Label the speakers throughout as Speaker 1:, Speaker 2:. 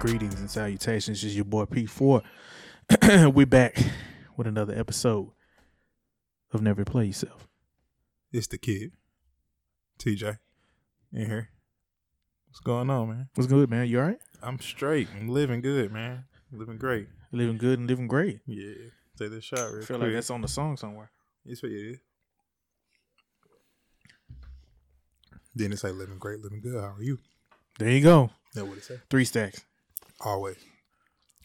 Speaker 1: Greetings and salutations. This is your boy P4. we back with another episode of Never Play Yourself.
Speaker 2: It's the kid, TJ, in here. What's going on, man?
Speaker 1: What's good, man? You all right?
Speaker 2: I'm straight. I'm living good, man. Living great.
Speaker 1: Living good and living great.
Speaker 2: Yeah. Take this shot real
Speaker 1: I feel
Speaker 2: quick.
Speaker 1: like that's on the song somewhere.
Speaker 2: It's what it is. Then it say living great, living good. How are you?
Speaker 1: There you go.
Speaker 2: That what it say?
Speaker 1: Three stacks.
Speaker 2: Always.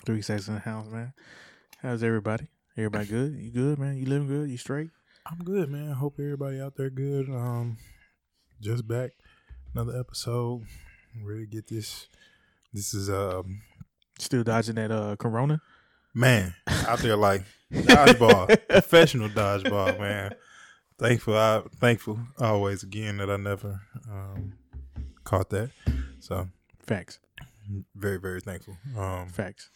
Speaker 1: Three stacks in the house, man. How's everybody? Everybody good? You good, man? You living good? You straight?
Speaker 2: I'm good, man. Hope everybody out there good. Um, just back another episode. I'm ready to get this. This is um
Speaker 1: Still dodging that uh corona?
Speaker 2: man out there like dodgeball, professional dodgeball, man. Thankful, I thankful always again that I never um caught that. So
Speaker 1: Facts.
Speaker 2: very very thankful. Um,
Speaker 1: Facts.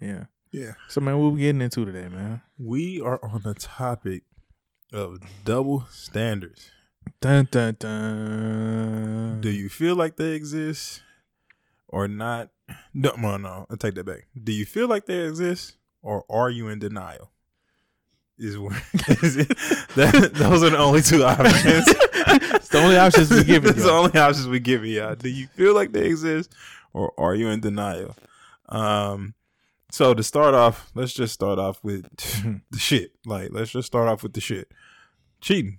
Speaker 1: Yeah.
Speaker 2: yeah,
Speaker 1: So man, what we getting into today, man?
Speaker 2: we are on the topic of double standards.
Speaker 1: Dun dun dun.
Speaker 2: Do you feel like they exist or not? No, no, no. I take that back. Do you feel like they exist or are you in denial? Is where is it, that, those are the only two options.
Speaker 1: it's the only options we give
Speaker 2: That's
Speaker 1: you.
Speaker 2: the only options we give you. all Do you feel like they exist or are you in denial? Um, so to start off, let's just start off with the shit. Like, let's just start off with the shit. Cheating.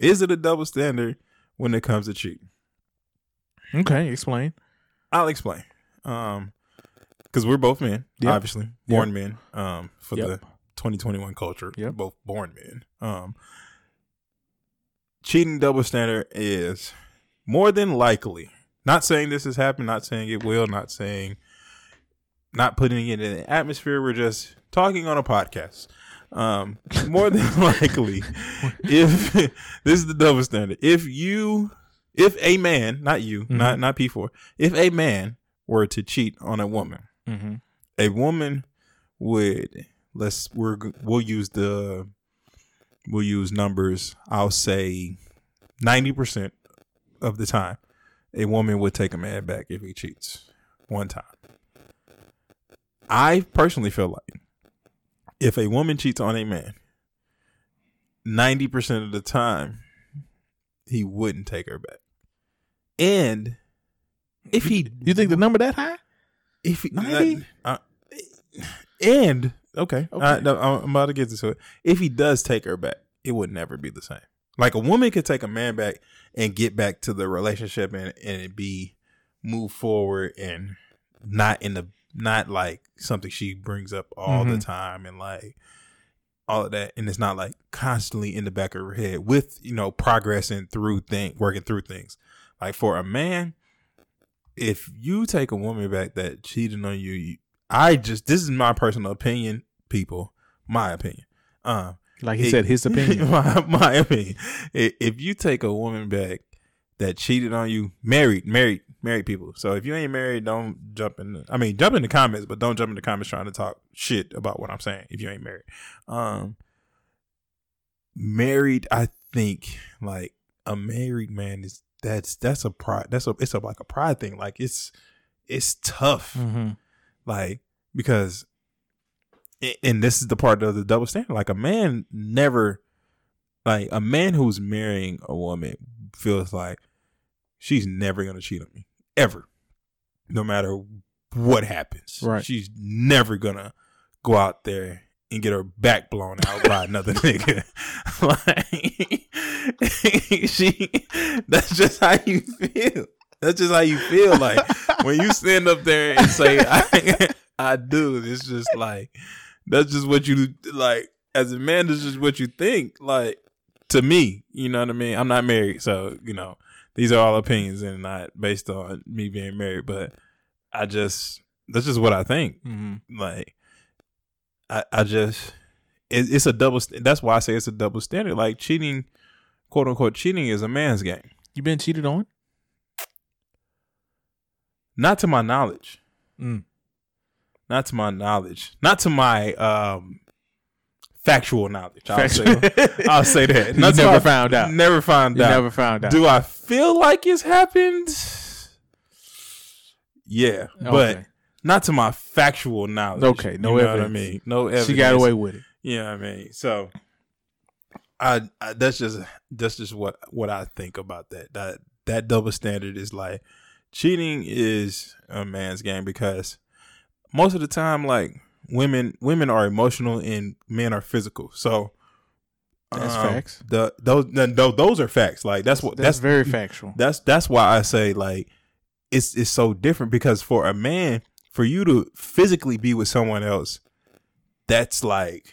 Speaker 2: Is it a double standard when it comes to cheating?
Speaker 1: Okay, explain.
Speaker 2: I'll explain. Um, because we're both men,
Speaker 1: Yep.
Speaker 2: obviously born men. Um, for
Speaker 1: Yep.
Speaker 2: the 2021 culture,
Speaker 1: Yep.
Speaker 2: both born men. Um, cheating double standard is more than likely. Not saying this has happened. Not saying it will. Not saying. Not putting it in the atmosphere. We're just talking on a podcast. Um, more than likely, if this is the double standard, if you, if a man, not you, not not P four, if a man were to cheat on a woman,
Speaker 1: Mm-hmm.
Speaker 2: a woman would let's we're g- we'll use the we'll use numbers. I'll say ninety percent of the time, a woman would take a man back if he cheats one time. I personally feel like if a woman cheats on a man, ninety percent of the time, he wouldn't take her back. And if he
Speaker 1: You think the number that high?
Speaker 2: if he,
Speaker 1: 90?
Speaker 2: uh, and okay, I,
Speaker 1: Okay.
Speaker 2: no, I'm I'm about to get to it. If he does take her back, it would never be the same. Like a woman could take a man back and get back to the relationship and and it be move forward and not in the not like something she brings up all the
Speaker 1: Mhm.
Speaker 2: time and like all of that and it's not like constantly in the back of her head with you know progressing through thing working through things like for a man if you take a woman back that cheating on you, you i just this is my personal opinion people my opinion um
Speaker 1: Like he
Speaker 2: it-
Speaker 1: said, his opinion.
Speaker 2: my, my opinion. I- If you take a woman back that cheated on you, married, married, married people. So if you ain't married, don't jump in. The, I mean, jump in the comments, but don't jump in the comments trying to talk shit about what I'm saying. If you ain't married, um, married, I think like a married man is that's that's a pride. That's a it's a like a pride thing. Like it's it's tough
Speaker 1: mm-hmm.
Speaker 2: like because a- and this is the part of the double standard like a man never like a man who's marrying a woman feels like she's never gonna cheat on me ever no matter what happens
Speaker 1: Right.
Speaker 2: she's never gonna go out there and get her back blown out by another nigga like she that's just how you feel that's just how you feel like when you stand up there and say I, I do, it's just like that's just what you like as a man. That's just what you think. Like to me, you know what I mean. I'm not married, so you know these are all opinions and not based on me being married. But I just that's just what I think.
Speaker 1: Mm-hmm.
Speaker 2: Like I, I just it, it's a double. st- That's why I say it's a double standard. Like cheating, quote unquote, cheating is a man's game.
Speaker 1: You been cheated on?
Speaker 2: Not to my knowledge.
Speaker 1: Mm.
Speaker 2: not to my knowledge, not to my um factual knowledge. I'll say, I'll say that.
Speaker 1: You
Speaker 2: Not to
Speaker 1: never
Speaker 2: my-
Speaker 1: found out.
Speaker 2: Never found
Speaker 1: You
Speaker 2: out.
Speaker 1: never found out.
Speaker 2: Do I feel like it's happened? Yeah, but
Speaker 1: okay.
Speaker 2: not to my factual knowledge.
Speaker 1: Okay, no
Speaker 2: you know what I
Speaker 1: evidence.
Speaker 2: mean. No evidence.
Speaker 1: she got away with it.
Speaker 2: You know what I mean. So, I, I that's just that's just what what I think about that. That that double standard is like cheating is a man's game because most of the time, like women women are emotional and men are physical. So.
Speaker 1: That's
Speaker 2: um,
Speaker 1: facts.
Speaker 2: The those no, no, those are facts. Like that's what
Speaker 1: That's,
Speaker 2: that's
Speaker 1: very factual.
Speaker 2: that's that's why I say like it's it's so different because for a man, for you to physically be with someone else, that's like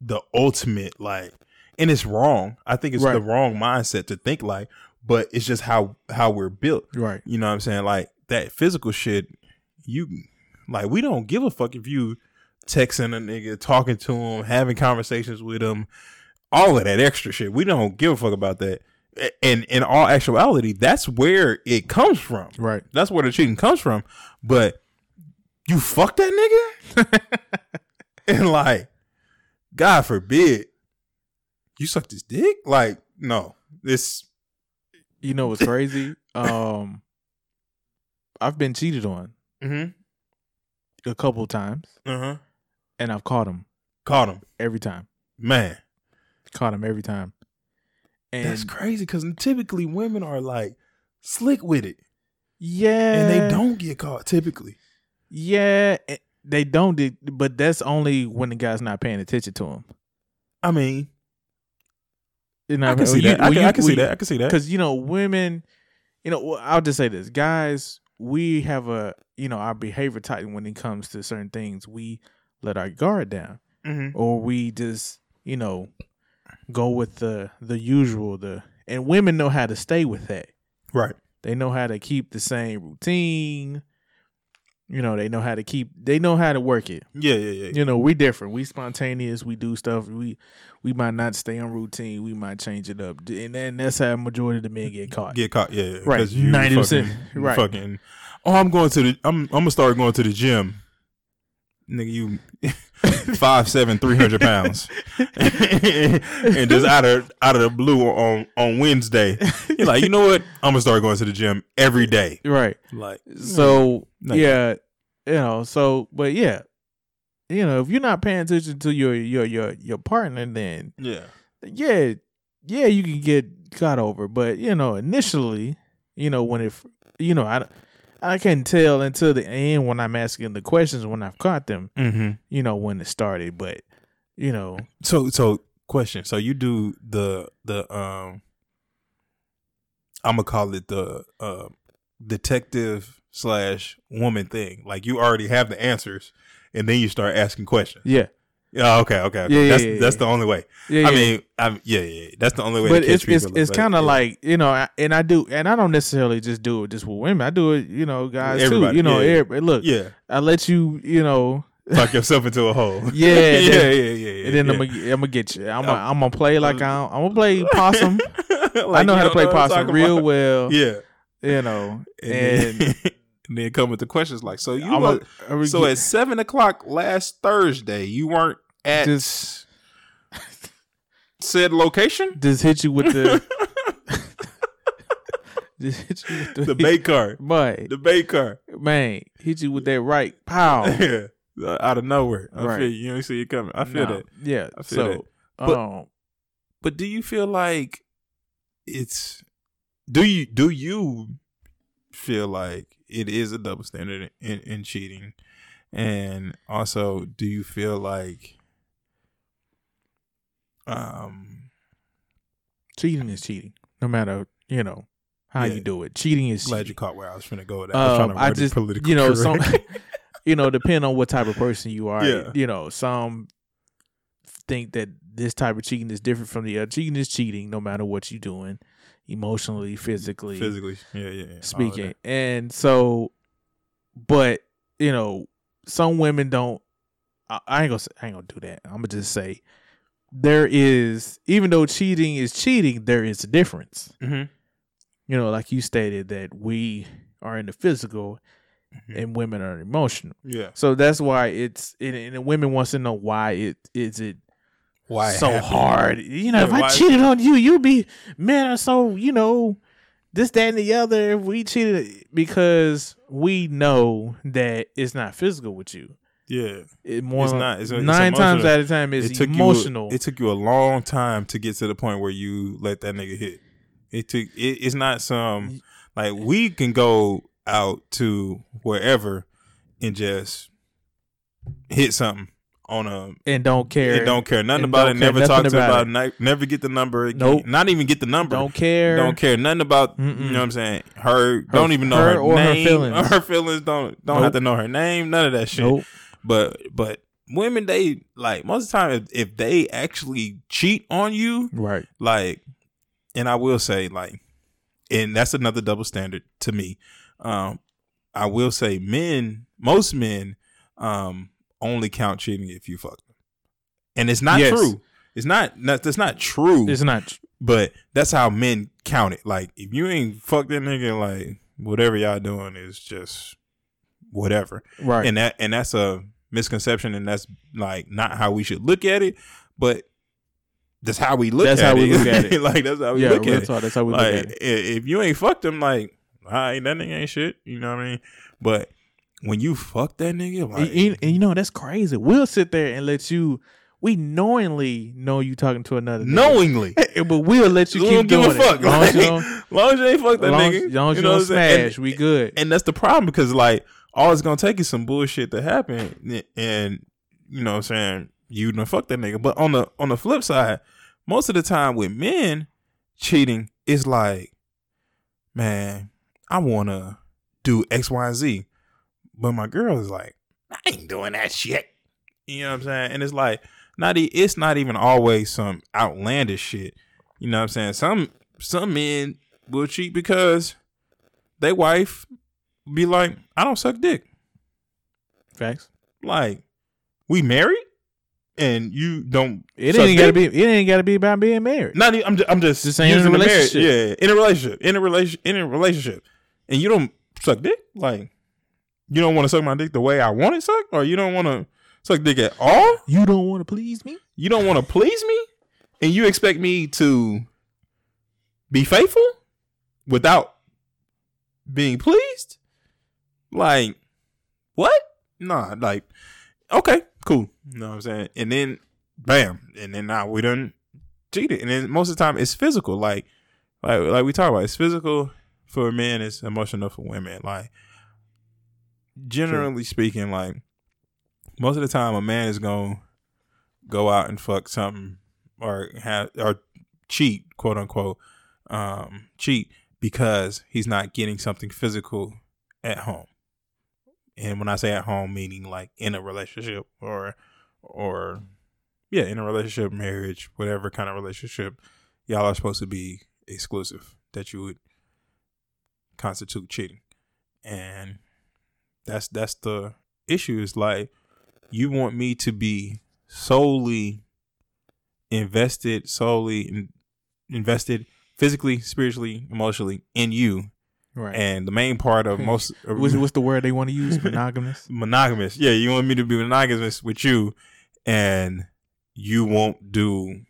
Speaker 2: the ultimate like and it's wrong. I think it's
Speaker 1: Right.
Speaker 2: the wrong mindset to think like, but it's just how how we're built.
Speaker 1: right.
Speaker 2: You know what I'm saying? Like that physical shit, you like we don't give a fuck if you texting a nigga, talking to him, having conversations with him, all of that extra shit. We don't give a fuck about that. A- And in all actuality, that's where it comes from.
Speaker 1: Right.
Speaker 2: That's where the cheating comes from. But you fuck that nigga? and like, God forbid, you sucked his dick? Like, no. This
Speaker 1: You know what's crazy? um, I've been cheated on
Speaker 2: mm-hmm.
Speaker 1: a couple times,
Speaker 2: uh-huh.
Speaker 1: and I've caught him
Speaker 2: Caught him.
Speaker 1: every time.
Speaker 2: Man.
Speaker 1: Caught him every time. And
Speaker 2: That's crazy because typically women are like slick with it
Speaker 1: yeah,
Speaker 2: and they don't get caught typically.
Speaker 1: Yeah, eh, they don't. do- But that's only when the guy's not paying attention to him.
Speaker 2: I mean,
Speaker 1: You know,
Speaker 2: I can see that. I can, I can see that. I can see that.
Speaker 1: Because you know, women. You know, well, I'll just say this, guys. We have a you know our behavior tighten when it comes to certain things. We let our guard down,
Speaker 2: Mm-hmm.
Speaker 1: or we just you know go with the the usual. The and women know how to stay with that.
Speaker 2: Right.
Speaker 1: They know how to keep the same routine. You know, they know how to keep. They know how to work it.
Speaker 2: Yeah, yeah, yeah.
Speaker 1: you know we different we spontaneous we do stuff we we might not stay on routine we might change it up and, and that's how majority of the men get caught
Speaker 2: Get caught. Yeah, yeah.
Speaker 1: Right.
Speaker 2: 'cause you
Speaker 1: 90%.
Speaker 2: fucking- you
Speaker 1: Right.
Speaker 2: Fucking. Oh, I'm going to the. I'm. I'm gonna start going to the gym. Nigga, you five seven, three hundred pounds, and just out of out of the blue on on Wednesday, you're like, you know what? I'm gonna start going to the gym every day.
Speaker 1: right
Speaker 2: Like,
Speaker 1: so
Speaker 2: No.
Speaker 1: yeah you know so but yeah you know if you're not paying attention to your your your your partner then
Speaker 2: yeah,
Speaker 1: yeah yeah you can get caught over but you know initially you know when it you know i i can't tell until the end when i'm asking the questions when i've caught them
Speaker 2: mm-hmm.
Speaker 1: you know when it started but you know
Speaker 2: So so question. So you do the the um I'm gonna call it the uh, detective slash woman thing. Like you already have the answers, and then you start asking questions.
Speaker 1: yeah
Speaker 2: Yeah. Okay. Okay. okay.
Speaker 1: Yeah, yeah,
Speaker 2: that's
Speaker 1: yeah,
Speaker 2: that's
Speaker 1: yeah.
Speaker 2: the only way.
Speaker 1: Yeah,
Speaker 2: I
Speaker 1: yeah.
Speaker 2: mean, I'm, yeah, yeah, yeah. That's the only way.
Speaker 1: but
Speaker 2: to catch
Speaker 1: it's it's,
Speaker 2: people,
Speaker 1: it's
Speaker 2: but,
Speaker 1: kind
Speaker 2: yeah.
Speaker 1: of like you know, I- and I do, and I don't necessarily just do it just with women. I do it, you know, guys
Speaker 2: Everybody,
Speaker 1: too. You know,
Speaker 2: yeah, yeah.
Speaker 1: everybody- look,
Speaker 2: yeah,
Speaker 1: I let you, you know,
Speaker 2: talk yourself into a hole.
Speaker 1: Yeah,
Speaker 2: yeah, yeah, yeah,
Speaker 1: then-
Speaker 2: yeah, yeah. Oh.
Speaker 1: and then I'm gonna I'm gonna get you. I'm gonna
Speaker 2: I'm-
Speaker 1: I'm gonna play like I'm I'm gonna play possum. I know how to play possum real well.
Speaker 2: Yeah,
Speaker 1: You know,
Speaker 2: and,
Speaker 1: and
Speaker 2: then, and then come with the questions like, so you
Speaker 1: I'm
Speaker 2: was-
Speaker 1: a, I'm
Speaker 2: So
Speaker 1: get-
Speaker 2: at seven o'clock last Thursday, you weren't at
Speaker 1: just
Speaker 2: said location.
Speaker 1: just hit you with the just hit you with the,
Speaker 2: The bait car,
Speaker 1: But
Speaker 2: the bait car,
Speaker 1: man, hit you with that right pow.
Speaker 2: yeah, out of nowhere. I
Speaker 1: Oh. Right.
Speaker 2: feel you. You don't see it coming. I feel
Speaker 1: No,
Speaker 2: that.
Speaker 1: Yeah.
Speaker 2: I feel
Speaker 1: so,
Speaker 2: that. But-
Speaker 1: um,
Speaker 2: But do you feel like it's? Do you do you feel like it is a double standard in, in cheating? And also, do you feel like um
Speaker 1: cheating is cheating, no matter you know how
Speaker 2: Yeah.
Speaker 1: you do it. Cheating is
Speaker 2: glad
Speaker 1: cheating.
Speaker 2: you caught where I was trying to go with that? I was trying
Speaker 1: Um,
Speaker 2: to
Speaker 1: I
Speaker 2: word it
Speaker 1: just
Speaker 2: politically
Speaker 1: you know some
Speaker 2: correct.
Speaker 1: you know depending on what type of person you are.
Speaker 2: Yeah.
Speaker 1: You know some think that this type of cheating is different from the other. Cheating is cheating, no matter what you're doing, emotionally, physically,
Speaker 2: physically. Yeah, yeah. yeah.
Speaker 1: speaking. And so, but you know, some women don't. I, I ain't gonna. Say, I ain't gonna do that. I'm gonna just say there is, even though cheating is cheating, there is a difference.
Speaker 2: Mm-hmm.
Speaker 1: You know, like you stated that we are in the physical and women are emotional.
Speaker 2: Mm-hmm. Yeah.
Speaker 1: So that's why it's and, and women wants to know why it is it
Speaker 2: Why it
Speaker 1: so
Speaker 2: happened.
Speaker 1: hard. You know,
Speaker 2: Yeah,
Speaker 1: if I
Speaker 2: why-
Speaker 1: cheated on you, you'd be men are so you know this, that, and the other. If we cheated because we know that it's not physical with you.
Speaker 2: Yeah,
Speaker 1: It more
Speaker 2: It's
Speaker 1: like-
Speaker 2: not. It's- it's
Speaker 1: nine times
Speaker 2: emotional.
Speaker 1: out of time it's
Speaker 2: it took
Speaker 1: emotional.
Speaker 2: You, it took you a long time to get to the point where you let that nigga hit. It took. It, it's not some like we can go out to wherever and just hit something on a.
Speaker 1: and don't care.
Speaker 2: It don't care nothing
Speaker 1: And
Speaker 2: about it.
Speaker 1: don't care
Speaker 2: Never
Speaker 1: nothing
Speaker 2: talk to
Speaker 1: about
Speaker 2: about.
Speaker 1: it.
Speaker 2: it. ni- Never get the number. again.
Speaker 1: Nope.
Speaker 2: Not even get the number.
Speaker 1: Don't care.
Speaker 2: Don't care nothing about you
Speaker 1: Mm-mm.
Speaker 2: know what I'm saying. Her, don't even know
Speaker 1: her
Speaker 2: her,
Speaker 1: or her
Speaker 2: name,
Speaker 1: feelings.
Speaker 2: Her feelings don't don't
Speaker 1: Nope.
Speaker 2: have to know her name. None of that shit.
Speaker 1: Nope.
Speaker 2: But but women they like most of the time if, if they actually cheat on you
Speaker 1: Right.
Speaker 2: like, and I will say like, and that's another double standard to me. Um, I will say men, most men, um, only count cheating if you fuck them, and it's not
Speaker 1: Yes.
Speaker 2: true. It's not not- that's not true.
Speaker 1: It's not. tr-
Speaker 2: But that's how men count it. Like if you ain't fuck that nigga, like whatever y'all doing is just whatever.
Speaker 1: Right.
Speaker 2: And that and that's a misconception and that's like not how we should look at it, but that's how we look
Speaker 1: That's
Speaker 2: at
Speaker 1: how we
Speaker 2: it.
Speaker 1: look at it.
Speaker 2: like that's how we
Speaker 1: yeah.
Speaker 2: look
Speaker 1: Real
Speaker 2: at it.
Speaker 1: talk. That's how we
Speaker 2: Like
Speaker 1: look at it.
Speaker 2: i- if you ain't fucked him, like, all right, that nigga ain't shit. You know what I mean? But when you fuck that nigga, like
Speaker 1: and, and- and you know that's crazy. We'll sit there and let you. We knowingly know you talking to another. nigga.
Speaker 2: knowingly.
Speaker 1: but we'll let you
Speaker 2: we
Speaker 1: keep
Speaker 2: don't give
Speaker 1: doing
Speaker 2: a fuck.
Speaker 1: it. Long as you
Speaker 2: Like,
Speaker 1: don't,
Speaker 2: long as you ain't fuck that
Speaker 1: long,
Speaker 2: nigga.
Speaker 1: long as you
Speaker 2: know
Speaker 1: don't
Speaker 2: what I'm saying? And-
Speaker 1: smash, we good.
Speaker 2: and that's the problem because like all it's gonna take is some bullshit to happen and you know what i'm saying you done fuck that nigga but on the on the flip side most of the time with men cheating it's like man i wanna do x y and z but my girl is like i ain't doing that shit you know what i'm saying and it's like not e- it's not even always some outlandish shit you know what i'm saying some some men will cheat because they wife be like, I don't suck dick.
Speaker 1: Facts.
Speaker 2: Like, we married, and you don't.
Speaker 1: It
Speaker 2: suck
Speaker 1: ain't gotta
Speaker 2: dick?
Speaker 1: be. It ain't gotta be about being married.
Speaker 2: Not. Even, I'm. Just, I'm just,
Speaker 1: Just saying in
Speaker 2: using
Speaker 1: a
Speaker 2: the marriage.
Speaker 1: relationship.
Speaker 2: Yeah, in a relationship, in a relation, in a relationship, and you don't suck dick. Like, you don't want to suck my dick the way I want it sucked, or you don't want to suck dick at all.
Speaker 1: You don't want to please me.
Speaker 2: You don't want to please me, and you expect me to be faithful without being pleased? Like what? Nah, like okay, cool. You know what I'm saying? And then bam, and then now we done cheated. And then most of the time it's physical. Like like like we talk about it's physical for men, it's emotional for women. Like generally speaking, like most of the time a man is gonna go out and fuck something or have or cheat, quote unquote, um, cheat because he's not getting something physical at home. And when I say at home, meaning like in a relationship or or yeah, in a relationship, marriage, whatever kind of relationship, y'all are supposed to be exclusive that you would constitute cheating. And that's that's the issue is like you want me to be solely invested solely in, invested physically spiritually emotionally in you
Speaker 1: Right.
Speaker 2: and the main part of most
Speaker 1: Hmm. what's, what's the word they want to use? Monogamous.
Speaker 2: monogamous yeah you want me to be monogamous with you and you won't do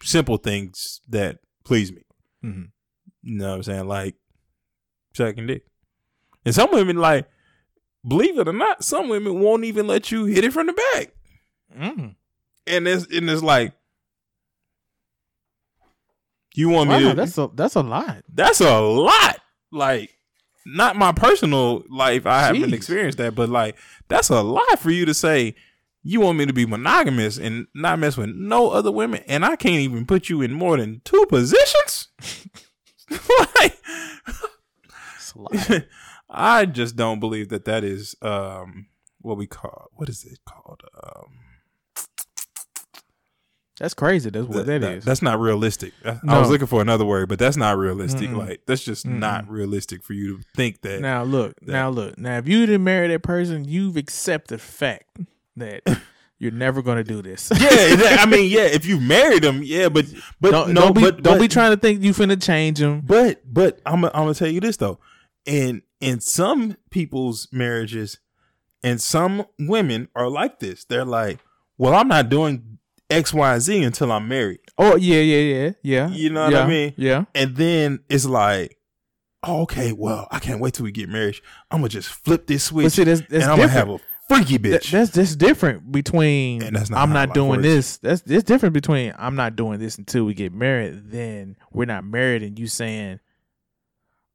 Speaker 2: simple things that please me
Speaker 1: Mhm.
Speaker 2: Mm-hmm. you know what i'm saying like sucking dick and some women like believe it or not some women won't even let you hit it from the back
Speaker 1: Mm.
Speaker 2: and it's and it's like you want me
Speaker 1: Wow,
Speaker 2: to
Speaker 1: that's a that's a lot.
Speaker 2: that's a lot like not my personal life i haven't
Speaker 1: Jeez.
Speaker 2: experienced that but like that's a lot for you to say you want me to be monogamous and not mess with no other women and i can't even put you in more than two positions like
Speaker 1: That's a lot.
Speaker 2: I just don't believe that that is um what we call what is it called um
Speaker 1: That's crazy. That's what
Speaker 2: Th-
Speaker 1: that
Speaker 2: th-
Speaker 1: is.
Speaker 2: That's not realistic. I- I
Speaker 1: No.
Speaker 2: was looking for another word, but that's not realistic.
Speaker 1: Mm-mm.
Speaker 2: Like that's just not realistic for you to think that.
Speaker 1: Now look. Now look. Now if you didn't marry that person, you've accepted the fact that you're never gonna do this.
Speaker 2: Yeah, that- I mean, yeah. If you married him, yeah, but but
Speaker 1: don't,
Speaker 2: no,
Speaker 1: don't be
Speaker 2: but
Speaker 1: don't
Speaker 2: but,
Speaker 1: be trying to think you finna change them.
Speaker 2: But but I'm I'm gonna tell you this though, in in some people's marriages, and some women are like this. They're like, well, I'm not doing X, Y, and Z until I'm married.
Speaker 1: Oh yeah, yeah, yeah, yeah.
Speaker 2: You know what I
Speaker 1: yeah,
Speaker 2: mean?
Speaker 1: Yeah.
Speaker 2: and then it's like "Oh, okay, well, I can't wait till we get married. I'm gonna just flip this switch
Speaker 1: But see, that's, that's
Speaker 2: and I'm gonna
Speaker 1: different.
Speaker 2: have a freaky
Speaker 1: That-
Speaker 2: bitch.
Speaker 1: that's just different between
Speaker 2: And that's not
Speaker 1: I'm
Speaker 2: how
Speaker 1: not
Speaker 2: life
Speaker 1: doing
Speaker 2: works.
Speaker 1: this. That's it's different between I'm not doing this until we get married. Then we're not married, and you saying,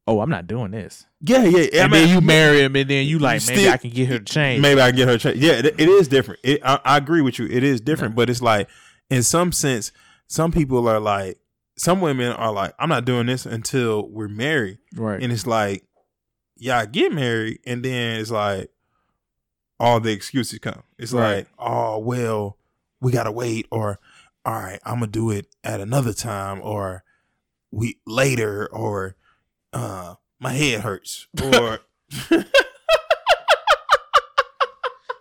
Speaker 1: "Oh, I'm not doing this."
Speaker 2: yeah, yeah. I
Speaker 1: and
Speaker 2: mean,
Speaker 1: then you marry him, and then you like,
Speaker 2: you
Speaker 1: maybe
Speaker 2: still-
Speaker 1: I can get her to change.
Speaker 2: Maybe I can get her. Tra- yeah, it, it is different. It, I, I agree with you. It is different, but it's like, in some sense, some people are like, some women are like, I'm not doing this until we're married,
Speaker 1: right?
Speaker 2: and it's like, yeah, I get married, and then it's like, all the excuses come. It's
Speaker 1: Right.
Speaker 2: like, oh well, we gotta wait, or all right, I'm gonna do it at another time, or we later, or uh, my head hurts, or.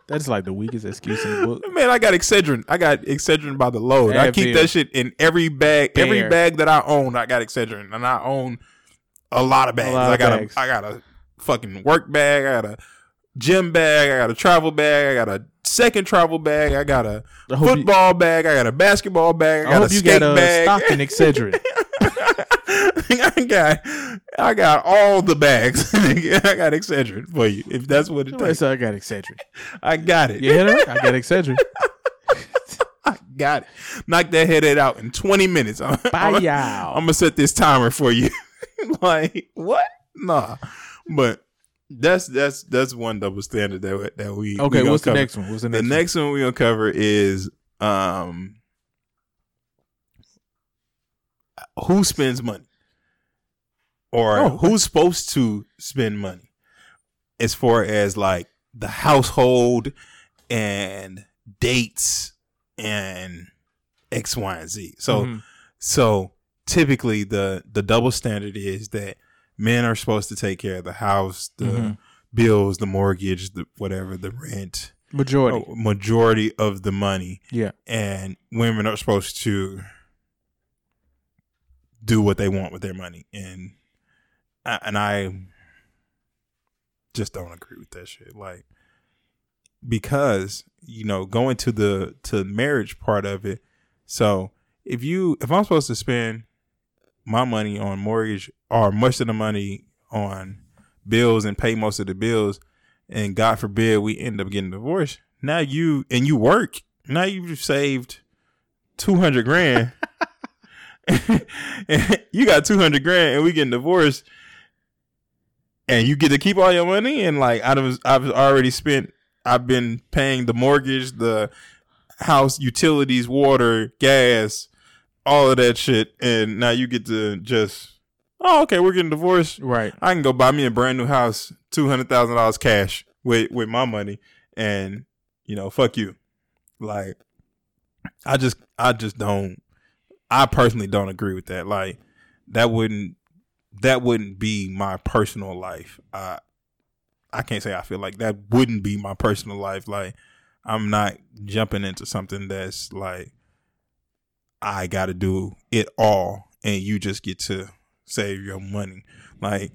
Speaker 1: that's like the weakest excuse in the book.
Speaker 2: Man, I got Excedrin. I got Excedrin by the load. I
Speaker 1: Advil.
Speaker 2: keep that shit in every bag, every
Speaker 1: Fair.
Speaker 2: bag that I own. I got Excedrin, and I own a lot of bags.
Speaker 1: lot of
Speaker 2: I got
Speaker 1: bags.
Speaker 2: a, I got a fucking work bag. I got a gym bag. I got a travel bag. I got a second travel bag. I got a
Speaker 1: I hope you,
Speaker 2: football bag. I got a basketball bag. I
Speaker 1: I
Speaker 2: got
Speaker 1: hope
Speaker 2: a
Speaker 1: you
Speaker 2: skate
Speaker 1: got a
Speaker 2: bag.
Speaker 1: Stockton Excedrin.
Speaker 2: I got, I got all the bags. I got Excedrin for you if that's what it takes.
Speaker 1: so I got Excedrin.
Speaker 2: I got it.
Speaker 1: You hit her? I got Excedrin.
Speaker 2: I got it. Knock that head out in 20 minutes. I'm,
Speaker 1: Bye,
Speaker 2: I'm,
Speaker 1: y'all.
Speaker 2: gonna set this timer for you. like what? Nah. But that's that's that's one double standard that we- that we we
Speaker 1: okay,
Speaker 2: gonna
Speaker 1: what's the
Speaker 2: cover.
Speaker 1: next one? What's the
Speaker 2: The
Speaker 1: next?
Speaker 2: next one we gonna cover is um who spends money or
Speaker 1: Oh.
Speaker 2: who's supposed to spend money as far as like the household and dates and X, Y, and Z. So
Speaker 1: one? Mhm.
Speaker 2: so typically the the double standard is that men are supposed to take care of the house, the
Speaker 1: Mhm.
Speaker 2: bills, the mortgage, the whatever, the rent,
Speaker 1: majority.
Speaker 2: a Oh, majority of the money.
Speaker 1: Yeah.
Speaker 2: And women are supposed to do what they want with their money. And I, and I just don't agree with that shit. Like because, you know, going to the to marriage part of it. So, if you if I'm supposed to spend my money on mortgage or most of the money on bills and pay most of the bills and God forbid we end up getting divorced. Now you and you work. Now you've saved two hundred grand. And you got two hundred grand, and we getting divorced, and you get to keep all your money. And like I was, I've already spent. I've been paying the mortgage, the house utilities, water, gas, all of that shit, and now you get to just. Oh, okay, we're getting divorced.
Speaker 1: Right.
Speaker 2: I can go buy me a brand new house, two hundred thousand dollars cash with with my money, and you know, fuck you. Like, I just, I just don't. I personally don't agree with that. Like, that wouldn't, that wouldn't be my personal life. I, I can't say I feel like that wouldn't be my personal life. Like, I'm not jumping into something that's like, I got to do it all, and you just get to save your money. Like,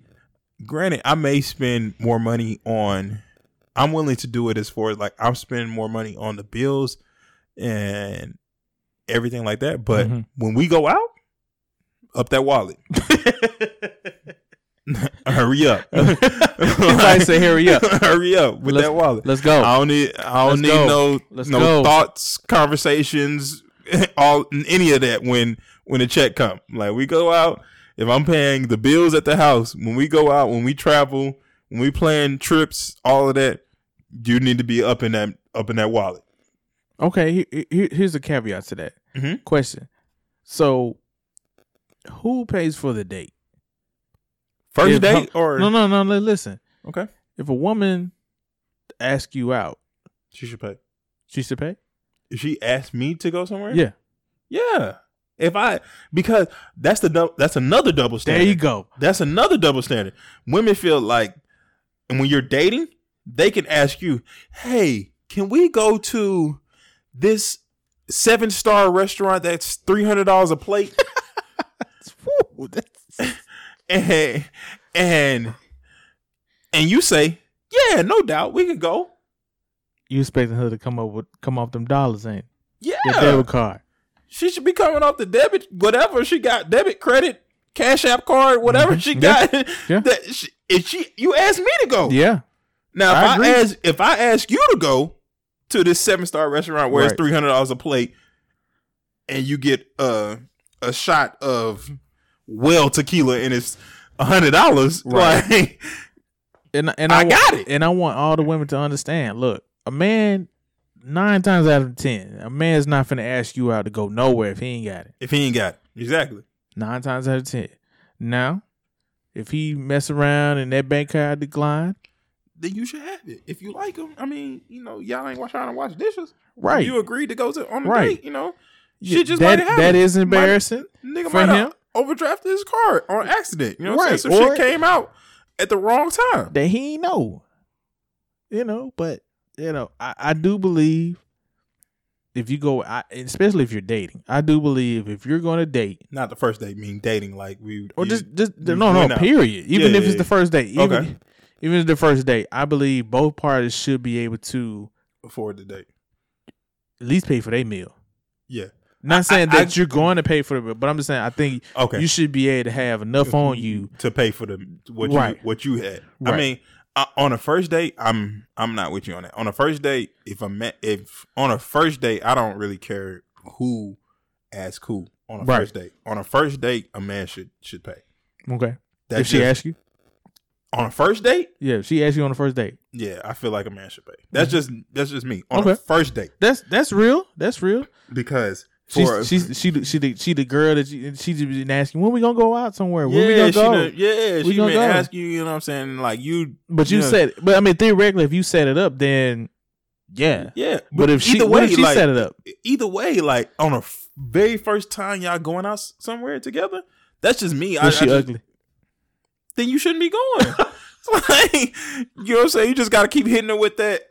Speaker 2: granted, I may spend more money on. I'm willing to do it as far as like I'm spending more money on the bills and everything like that. But
Speaker 1: Mhm.
Speaker 2: when we go out, up that wallet. hurry up.
Speaker 1: Everybody say, "Hurry up."
Speaker 2: hurry up with
Speaker 1: Let's-
Speaker 2: that wallet.
Speaker 1: Let's go.
Speaker 2: I don't need. I
Speaker 1: Let's
Speaker 2: don't need
Speaker 1: go.
Speaker 2: no
Speaker 1: Let's
Speaker 2: no
Speaker 1: go.
Speaker 2: thoughts, conversations, all any of that when when the check come. Like we go out. If I'm paying the bills at the house, when we go out, when we travel, when we plan trips, all of that, you need to be up in that up in that wallet.
Speaker 1: Okay, he, he- he- here's a caveat to that
Speaker 2: Mhm.
Speaker 1: question. So, who pays for the date?
Speaker 2: First
Speaker 1: If-
Speaker 2: date or
Speaker 1: No, no, no. li- Listen,
Speaker 2: okay,
Speaker 1: if a woman asks you out,
Speaker 2: she should pay.
Speaker 1: she should pay.
Speaker 2: If she asked me to go somewhere,
Speaker 1: Yeah,
Speaker 2: yeah. If I because that's the dou- that's another double
Speaker 1: there
Speaker 2: standard.
Speaker 1: you go.
Speaker 2: That's another double standard. Women feel like, and when you're dating, they can ask you, "Hey, can we go to this seven star restaurant that's three hundred dollars a plate?"
Speaker 1: Woo, that's-
Speaker 2: and and and you say, "Yeah, no doubt, we can go."
Speaker 1: you expecting her to come up with come off them dollars, ain't
Speaker 2: Yeah,
Speaker 1: your debit card?
Speaker 2: she should be coming off the debit, whatever she got, debit, credit, Cash App card, whatever
Speaker 1: Mhm.
Speaker 2: she
Speaker 1: Yeah.
Speaker 2: got.
Speaker 1: Yeah.
Speaker 2: That she, if she, you asked me to go.
Speaker 1: Yeah.
Speaker 2: Now, if
Speaker 1: I
Speaker 2: I,
Speaker 1: agree.
Speaker 2: ask, if I ask you to go to this seven star restaurant where
Speaker 1: Right.
Speaker 2: it's three hundred dollars a plate, and you get uh, a shot of well tequila and it's hundred dollars,
Speaker 1: Right.
Speaker 2: like,
Speaker 1: And and
Speaker 2: I
Speaker 1: I, wa-
Speaker 2: got it.
Speaker 1: And I want all the women to understand. Look, a man nine times out of ten, a man's not finna ask you out to go nowhere if he ain't got it.
Speaker 2: if he ain't got it. exactly,
Speaker 1: Nine times out of ten. Now, if he mess around and that bank card decline,
Speaker 2: then you should have it. If you like them, I mean, you know, y'all ain't trying to wash dishes.
Speaker 1: right?
Speaker 2: You agreed to go to on the
Speaker 1: Right.
Speaker 2: date, you know.
Speaker 1: Yeah,
Speaker 2: Shit just
Speaker 1: that,
Speaker 2: might happen.
Speaker 1: that is
Speaker 2: Might-
Speaker 1: embarrassing.
Speaker 2: Nigga
Speaker 1: For him?
Speaker 2: might have overdrafted his card on accident. You know what I'm
Speaker 1: Right,
Speaker 2: saying? So
Speaker 1: or-
Speaker 2: shit came out at the wrong time.
Speaker 1: that he ain't know. You know, but you know, I, I do believe if you go, I, especially if you're dating, I do believe if you're going to date
Speaker 2: Not the first date, mean dating. Like we
Speaker 1: or
Speaker 2: you-
Speaker 1: just just
Speaker 2: you
Speaker 1: no no
Speaker 2: went out.
Speaker 1: period, even
Speaker 2: Yeah,
Speaker 1: if
Speaker 2: yeah,
Speaker 1: it's the
Speaker 2: yeah.
Speaker 1: first date, even
Speaker 2: Okay.
Speaker 1: even if it's the first date, I believe both parties should be able to
Speaker 2: afford the date.
Speaker 1: at least pay for their meal.
Speaker 2: Yeah.
Speaker 1: Not saying
Speaker 2: I-
Speaker 1: that
Speaker 2: I-
Speaker 1: you're going to pay for the meal, but I'm just saying I think
Speaker 2: Okay.
Speaker 1: you should be able to have enough on you.
Speaker 2: to pay for the what
Speaker 1: Right.
Speaker 2: you what you had.
Speaker 1: Right.
Speaker 2: I mean, I, on a first date, I'm I'm not with you on that. On a first date, if I'm at, if on a first date, I don't really care who asks who on a
Speaker 1: Right.
Speaker 2: first date. On a first date, a man should should pay.
Speaker 1: Okay,
Speaker 2: That's
Speaker 1: if she
Speaker 2: just-
Speaker 1: asks you,
Speaker 2: on a first date,
Speaker 1: yeah, if she asks you on the first date,
Speaker 2: yeah, I feel like a man should pay. That's just that's just me on a
Speaker 1: Mm-hmm. Okay.
Speaker 2: first date
Speaker 1: that's that's real. That's real.
Speaker 2: because
Speaker 1: She's,
Speaker 2: for
Speaker 1: she's she the- she the, she the girl that you, she just been asking when we gonna go out somewhere when we
Speaker 2: yeah,
Speaker 1: gonna
Speaker 2: she
Speaker 1: go
Speaker 2: done- yeah,
Speaker 1: We
Speaker 2: she
Speaker 1: gonna
Speaker 2: been
Speaker 1: go.
Speaker 2: ask you, you know what I'm saying? Like you,
Speaker 1: but you
Speaker 2: yeah.
Speaker 1: said but I mean theoretically if you set it up then yeah
Speaker 2: yeah.
Speaker 1: but if she
Speaker 2: either
Speaker 1: what
Speaker 2: way,
Speaker 1: if she
Speaker 2: like,
Speaker 1: set it up
Speaker 2: either way, like on a f- very first time y'all going out s- somewhere together, that's just me. I,
Speaker 1: was
Speaker 2: I
Speaker 1: she
Speaker 2: just-
Speaker 1: ugly
Speaker 2: Then you shouldn't be going. It's like, you know what I'm saying? You just got to keep hitting her with that.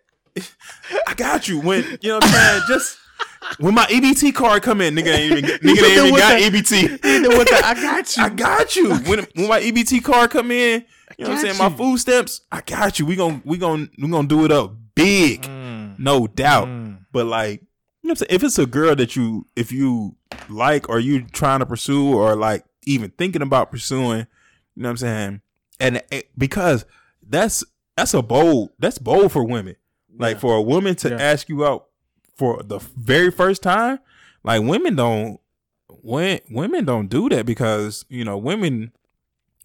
Speaker 2: I got you. When you know what I'm saying? Just when my EBT card come in, nigga ain't even nigga ain't even
Speaker 1: With
Speaker 2: got E
Speaker 1: the-
Speaker 2: EBT.
Speaker 1: with the, I got
Speaker 2: I got you. When when my EBT card come in, you know what I'm
Speaker 1: got
Speaker 2: saying? My
Speaker 1: you.
Speaker 2: food stamps, I got you. We gon' we gon' we gonna do it up big,
Speaker 1: Mm,
Speaker 2: no doubt.
Speaker 1: mm.
Speaker 2: But like, you know what I'm saying? If it's a girl that you if you like or you trying to pursue or like even thinking about pursuing, you know what I'm saying? And it- because that's that's a bold that's bold for women. Like
Speaker 1: Yeah.
Speaker 2: for a woman to
Speaker 1: Yeah.
Speaker 2: ask you out for the very first time, like women don't when women don't do that because, you know, women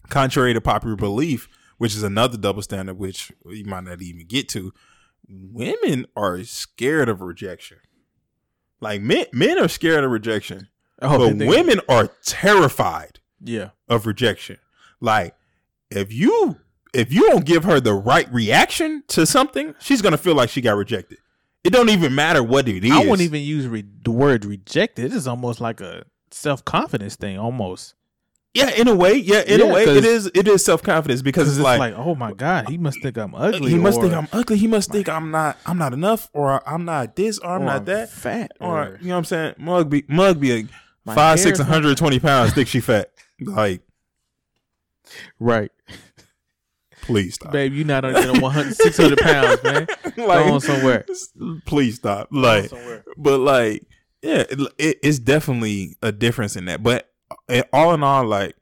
Speaker 2: contrary to popular belief, which is another double standard which you might not even get to, women are scared of rejection. Like men, men are scared of rejection,
Speaker 1: oh,
Speaker 2: but
Speaker 1: they think-
Speaker 2: women are terrified
Speaker 1: yeah
Speaker 2: of rejection. Like if you if you don't give her the right reaction to something, she's gonna feel like she got rejected. It don't even matter what it is.
Speaker 1: I wouldn't even use re- the word rejected it is almost like a self confidence thing almost
Speaker 2: Yeah, in a way, yeah, in
Speaker 1: Yeah,
Speaker 2: a way,
Speaker 1: 'cause-
Speaker 2: it is it is self confidence because
Speaker 1: because
Speaker 2: it's
Speaker 1: it's like,
Speaker 2: like
Speaker 1: oh my god he must think I'm ugly
Speaker 2: he must
Speaker 1: or-
Speaker 2: think I'm ugly. He must think I'm not. I'm not enough, or I'm not this, or I'm
Speaker 1: or
Speaker 2: not that,
Speaker 1: fat
Speaker 2: or you know what I'm saying. Mug be mug be a
Speaker 1: My
Speaker 2: five
Speaker 1: hair's
Speaker 2: six
Speaker 1: not-
Speaker 2: 120 pounds. Think she fat? Like
Speaker 1: right
Speaker 2: please stop.
Speaker 1: babe you not under 100 600 pounds man Go on somewhere.
Speaker 2: Please stop. Like
Speaker 1: somewhere
Speaker 2: but like yeah it, it, it's definitely a difference in that but uh, all in all like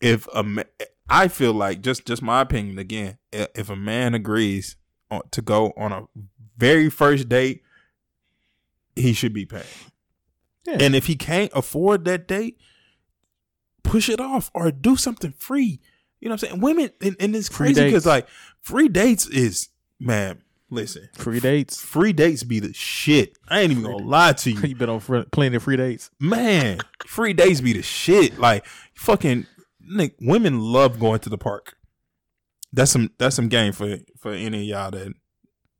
Speaker 2: if a ma- i feel like just just my opinion again i- if a man agrees on, to go on a very first date he should be paying
Speaker 1: Yeah.
Speaker 2: and if he can't afford that date push it off or do something free you know what i'm saying women and, and it's
Speaker 1: Free
Speaker 2: crazy
Speaker 1: dates.
Speaker 2: because like free dates is man listen
Speaker 1: free dates
Speaker 2: Free dates be the shit. I ain't even gonna lie to you.
Speaker 1: you been on fr- plenty of free dates.
Speaker 2: Man, free dates be the shit. Like fucking Nick, women love going to the park. That's some that's some game for for any of y'all that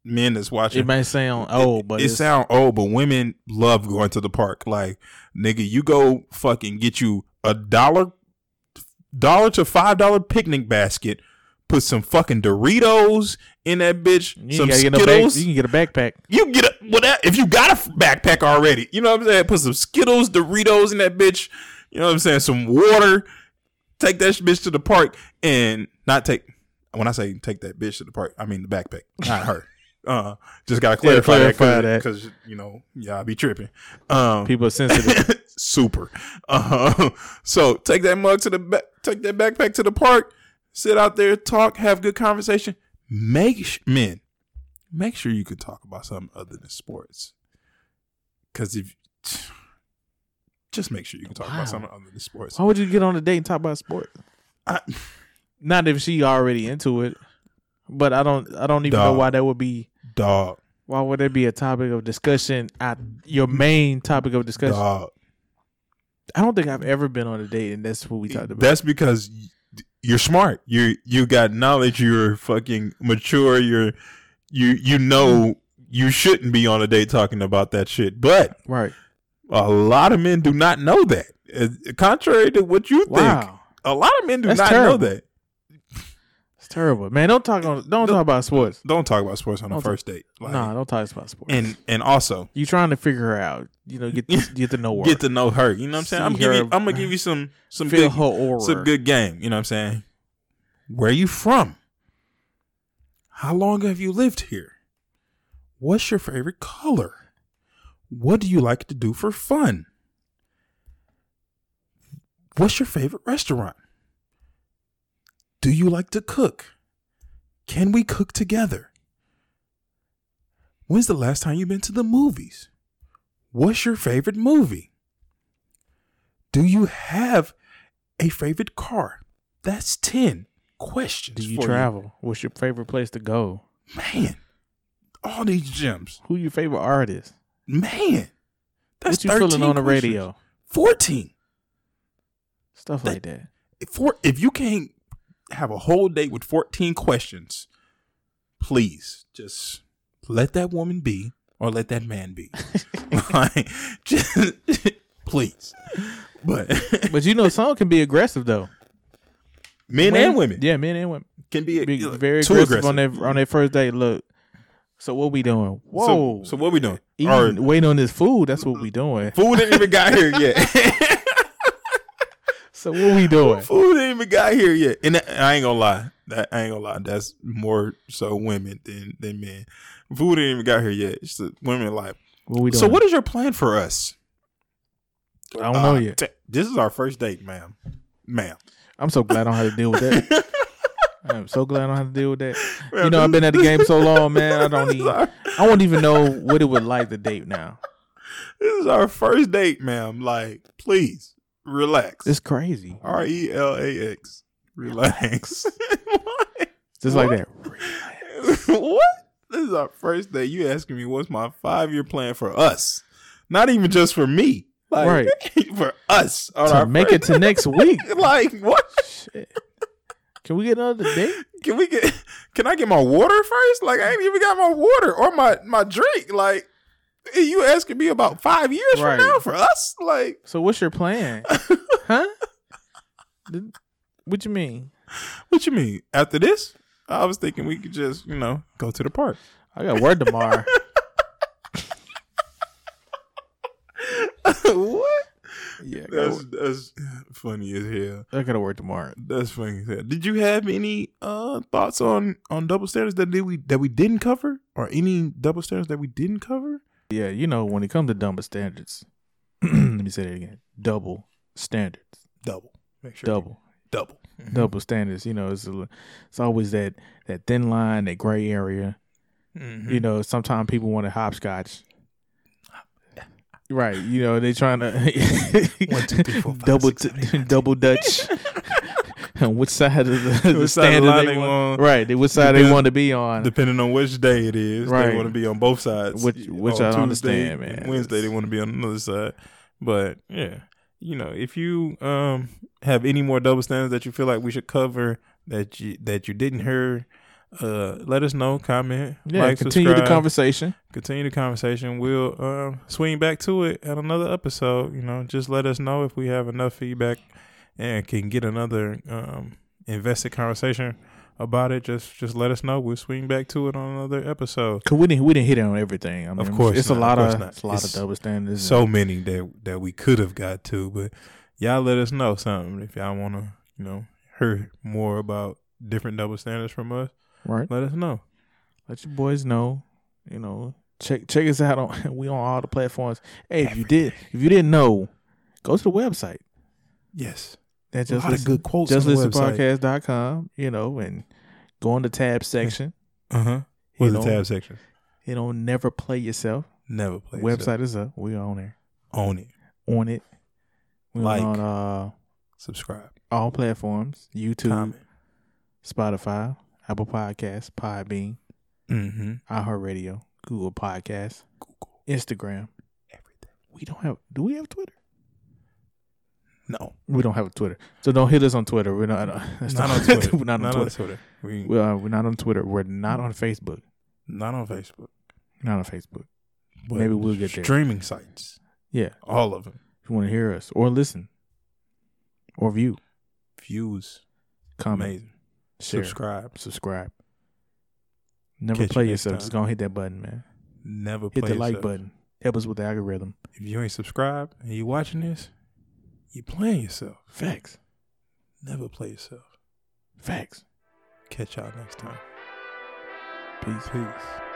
Speaker 2: men that's watching.
Speaker 1: It may sound old, but
Speaker 2: it
Speaker 1: it's,
Speaker 2: sound old, but women love going to the park. Like, nigga, you go fucking get you a dollar dollar to five dollar picnic basket, put some fucking Doritos in that bitch,
Speaker 1: you, ain't
Speaker 2: some
Speaker 1: gotta get no
Speaker 2: Skittles.
Speaker 1: back, you can get a backpack.
Speaker 2: You can get a well that if you got a f- backpack already. You know what I'm saying? Put some Skittles, Doritos in that bitch. You know what I'm saying? Some water. Take that sh- bitch to the park and not take. When I say take that bitch to the park, I mean the backpack, not her. Uh, just gotta
Speaker 1: Yeah,
Speaker 2: clarify,
Speaker 1: clarify
Speaker 2: that
Speaker 1: that.
Speaker 2: because you know, yeah, I be tripping. Um,
Speaker 1: People are sensitive.
Speaker 2: super. Uh, so take that mug to the back, take that backpack to the park, sit out there, talk, have good conversation. Make sh- men, make sure you can talk about something other than sports, because if just make sure you can talk
Speaker 1: Wow. Oh,
Speaker 2: about something other than sports.
Speaker 1: Why would you get on a date and talk about sports?
Speaker 2: I-
Speaker 1: Not if she already into it. But I don't. I don't even know
Speaker 2: Dog.
Speaker 1: why that would be.
Speaker 2: Dog,
Speaker 1: Why would that be a topic of discussion? At your main topic of discussion.
Speaker 2: dog.
Speaker 1: I don't think I've ever been on a date, and that's what we talked about.
Speaker 2: That's because y- you're smart. You you got knowledge. You're fucking mature. You're you you know you shouldn't be on a date talking about that shit. But
Speaker 1: right?
Speaker 2: a lot of men do not know that. Uh, Contrary to what you think,
Speaker 1: Wow,
Speaker 2: a lot of men do
Speaker 1: That's
Speaker 2: not
Speaker 1: terrible.
Speaker 2: know that.
Speaker 1: it's terrible, man. Don't talk on. Don't talk about sports.
Speaker 2: Don't talk about sports on a
Speaker 1: Don't talk-
Speaker 2: first date. Like,
Speaker 1: nah, don't talk about sports.
Speaker 2: and and also
Speaker 1: you trying to figure her out. You know, get get to know her.
Speaker 2: get to know her. You know what I'm saying?
Speaker 1: See
Speaker 2: I'm giving
Speaker 1: her-
Speaker 2: I'm gonna give you some some
Speaker 1: feel
Speaker 2: good
Speaker 1: her aura.
Speaker 2: some good game. You know what I'm saying? Where you from? How long have you lived here? What's your favorite color? What do you like to do for fun? What's your favorite restaurant? Do you like to cook? Can we cook together? When's the last time you've been to the movies? What's your favorite movie? Do you have a favorite car? That's 10 questions.
Speaker 1: Do you
Speaker 2: for
Speaker 1: travel? What's your favorite place to go?
Speaker 2: Man, all these gems.
Speaker 1: Who your favorite artist?
Speaker 2: Man,
Speaker 1: what
Speaker 2: that's
Speaker 1: you feeling
Speaker 2: 13
Speaker 1: on the
Speaker 2: questions.
Speaker 1: radio?
Speaker 2: 14.
Speaker 1: Stuff
Speaker 2: That-
Speaker 1: like that.
Speaker 2: Four, if you can't have a whole date with 14 questions, please just let that woman be or let that man be. like, just, please. But
Speaker 1: But you know, some can be aggressive though.
Speaker 2: men and women
Speaker 1: Yeah, men and women.
Speaker 2: can be,
Speaker 1: Be
Speaker 2: like,
Speaker 1: very
Speaker 2: too
Speaker 1: aggressive, on their on their first date. Look. So what we doing? Whoa.
Speaker 2: So, so what we doing?
Speaker 1: Eating,
Speaker 2: Or
Speaker 1: waiting on this food. That's what we doing.
Speaker 2: food ain't even got here yet.
Speaker 1: So what we doing?
Speaker 2: Food ain't even got here yet. And that- I ain't gonna lie. That I ain't gonna lie. That's more so women than than men. Food ain't even got here yet. It's the women are like.
Speaker 1: What we doing?
Speaker 2: So what is your plan for us?
Speaker 1: I don't know
Speaker 2: Uh,
Speaker 1: yet.
Speaker 2: t- this is our first date, ma'am. Ma'am.
Speaker 1: I'm so glad I don't have to deal with that. I'm so glad I don't have to deal with that.
Speaker 2: Ma'am,
Speaker 1: you know, I've
Speaker 2: this-
Speaker 1: been at the game so long, man. I don't e-
Speaker 2: this
Speaker 1: need.
Speaker 2: is our-
Speaker 1: I won't even know what it would like to date now.
Speaker 2: this is our first date, ma'am. Like, please relax.
Speaker 1: It's crazy.
Speaker 2: R e l a x. Relax.
Speaker 1: Just like that.
Speaker 2: what? This is our first day. You asking me what's my five year plan for us? Not even just for me, like, right? For us, on
Speaker 1: To
Speaker 2: our
Speaker 1: make it
Speaker 2: first-
Speaker 1: to next week.
Speaker 2: like what?
Speaker 1: Shit. Can we get another date?
Speaker 2: Can we get? Can I get my water first? Like I ain't even got my water or my my drink. Like you asking me about five years
Speaker 1: Right.
Speaker 2: from now for us? Like
Speaker 1: So what's your plan? Huh? Did- What you mean?
Speaker 2: what you mean? After this, I was thinking we could just you know go to the park.
Speaker 1: I got work tomorrow.
Speaker 2: what?
Speaker 1: Yeah, I got,
Speaker 2: That's
Speaker 1: work.
Speaker 2: that's funny as hell.
Speaker 1: I got to work tomorrow.
Speaker 2: That's funny. as hell. Did you have any uh thoughts on on double standards that did we that we didn't cover, or any double standards that we didn't cover?
Speaker 1: Yeah, you know when it comes to double standards. Let me say that again. Double standards.
Speaker 2: Double. Make sure
Speaker 1: Double.
Speaker 2: double. Mm-hmm.
Speaker 1: double standards. You know, it's a, li- it's always that that thin line, that gray area.
Speaker 2: Mhm.
Speaker 1: You know, sometimes people want to hopscotch. Right, you know they trying to
Speaker 2: One, two, three, four, five,
Speaker 1: double
Speaker 2: six, seven, eight,
Speaker 1: t- double Dutch. on which side of the, the
Speaker 2: Which side of the
Speaker 1: standard
Speaker 2: line
Speaker 1: they
Speaker 2: they
Speaker 1: want?
Speaker 2: want.
Speaker 1: Right, they- which side they
Speaker 2: Depends-
Speaker 1: want to be on?
Speaker 2: Depending on which day it is,
Speaker 1: Right.
Speaker 2: they want to be on both sides.
Speaker 1: Which- which
Speaker 2: On
Speaker 1: I don't
Speaker 2: Tuesday
Speaker 1: understand, man.
Speaker 2: and Wednesday they want to be on another side. But yeah, you know, if you um have any more double standards that you feel like we should cover that you that you didn't hear, uh, let us know. Comment.
Speaker 1: yeah,
Speaker 2: like,
Speaker 1: continue the
Speaker 2: subscribe.
Speaker 1: conversation.
Speaker 2: continue the conversation. We'll um, swing back to it at another episode. You know, just let us know if we have enough feedback and can get another um, invested conversation about it. Just just let us know. We'll swing back to it on another episode.
Speaker 1: Cause we didn't we didn't hit on everything. I mean,
Speaker 2: course
Speaker 1: it's a
Speaker 2: not, of
Speaker 1: lot
Speaker 2: course
Speaker 1: of
Speaker 2: not.
Speaker 1: it's a lot
Speaker 2: It's
Speaker 1: of double standards.
Speaker 2: So many that that we could have got to, but y'all let us know something if y'all want to. You know, hear more about different double standards from us.
Speaker 1: right,
Speaker 2: Let us know.
Speaker 1: let your boys know You know, check check us out on we on all the platforms. Hey, if you did if you didn't know, go to the website.
Speaker 2: Yes.
Speaker 1: That
Speaker 2: a
Speaker 1: just
Speaker 2: lot of
Speaker 1: listen,
Speaker 2: good quotes
Speaker 1: just
Speaker 2: on the
Speaker 1: listen
Speaker 2: website.
Speaker 1: podcast.com, you know, and go on the tab section.
Speaker 2: Uh-huh. What's
Speaker 1: you
Speaker 2: the
Speaker 1: know,
Speaker 2: tab section?
Speaker 1: You know, never play yourself.
Speaker 2: Never play. it.
Speaker 1: Website is up. We on there.
Speaker 2: Own it.
Speaker 1: On it. We
Speaker 2: Like.
Speaker 1: on uh
Speaker 2: Subscribe.
Speaker 1: all platforms, YouTube,
Speaker 2: Comment.
Speaker 1: Spotify, Apple Podcasts, Podbean,
Speaker 2: Mm-hmm.
Speaker 1: iHeartRadio, Google Podcasts,
Speaker 2: Google.
Speaker 1: Instagram.
Speaker 2: Everything.
Speaker 1: We don't have do we have Twitter?
Speaker 2: No.
Speaker 1: We don't have a Twitter. So don't hit us on Twitter. We're not, that's
Speaker 2: Not on Twitter.
Speaker 1: we're not on Twitter.
Speaker 2: We,
Speaker 1: We are, we're not on Twitter. We're not on Facebook.
Speaker 2: not on Facebook.
Speaker 1: Not on Facebook.
Speaker 2: But
Speaker 1: Maybe we'll get there.
Speaker 2: Streaming sites.
Speaker 1: Yeah.
Speaker 2: All of them.
Speaker 1: If you want to hear us or listen or view,
Speaker 2: Views.
Speaker 1: comment,
Speaker 2: Amazing.
Speaker 1: share, subscribe.
Speaker 2: Subscribe.
Speaker 1: Never
Speaker 2: Catch
Speaker 1: play
Speaker 2: you next
Speaker 1: yourself.
Speaker 2: time.
Speaker 1: Just gonna hit that button, man.
Speaker 2: Never
Speaker 1: Hit
Speaker 2: play
Speaker 1: the like
Speaker 2: yourself.
Speaker 1: button. Help us with the algorithm.
Speaker 2: If you ain't subscribed and you watching this, you playing yourself.
Speaker 1: Facts.
Speaker 2: Never play yourself.
Speaker 1: Facts.
Speaker 2: Catch y'all next time.
Speaker 1: Peace.
Speaker 2: Peace.